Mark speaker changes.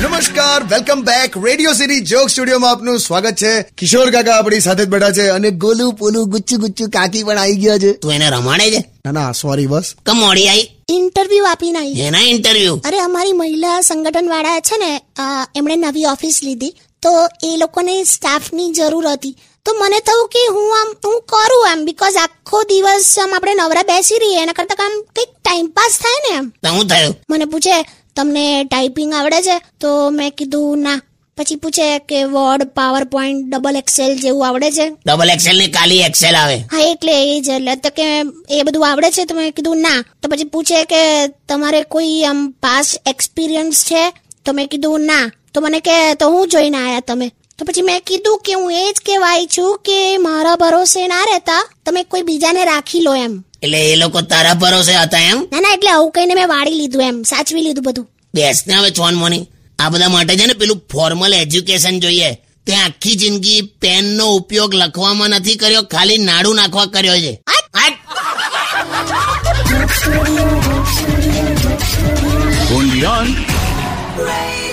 Speaker 1: નમસ્કાર welcome back radio city joke સ્ટુડિયોમાં આપનું સ્વાગત છે કિશોર કાકા આપણી સાથે જ બેઠા છે અને ગોલુ પોલુ ગુચ્ચુ ગુચ્ચુ કાકી પણ આવી ગયા છે
Speaker 2: તું એને રમાડે છે
Speaker 1: ના ના સોરી બસ
Speaker 2: કમ મોડી આવી
Speaker 3: ઇન્ટરવ્યુ આપીને આવી
Speaker 2: એના ઇન્ટરવ્યુ
Speaker 3: અરે અમારી મહિલા સંગઠન વાળા છે ને અ, એમણે નવી ઓફિસ લીધી તો એ લોકોને સ્ટાફની જરૂર હતી તો મને થયું કે હું આમ હું કરું આમ બીકોઝ આખો દિવસ આમ આપણે નવરા બેસી રહીએ એના કરતાં કામ કંઈક ટાઈમ પાસ થાય ને એમ
Speaker 2: તો હું થયું
Speaker 3: મને પૂછે તમને ટાઈપિંગ આવડે છે તો મેં કીધું ના પછી પૂછે કે Word PowerPoint double Excel જેવું આવડે છે
Speaker 2: ડબલ એક્સેલ ને કાલી એક્સેલ આવે
Speaker 3: હા એટલે એ જ એટલે તો કે એ બધું આવડે છે તો મેં કીધું ના તો પછી પૂછે કે તમારે કોઈ આમ પાસ એક્સપિરિયન્સ છે તો મેં કીધું ના તો મને કે તો હું જોઈને આયા તમે તો પછી મેં કીધું કે હું એ જ કહેવા છું કે મારા ભરોસે ના રહેતા તમે કોઈ બીજાને રાખી લો એમ
Speaker 2: એટલે એ લોકો તારા ભરોસે હતા એમ
Speaker 3: ના ના એટલે આવું કહીને મેં વાળી લીધું એમ સાચવી લીધું બધું
Speaker 2: બેસ ને હવે છોન મોની આ બધા માટે છે ને પેલું ફોર્મલ એજ્યુકેશન જોઈએ તે આખી જિંદગી પેન નો ઉપયોગ લખવામાં નથી કર્યો ખાલી નાડું નાખવા કર્યો છે હટ!
Speaker 4: Undian.
Speaker 5: Radio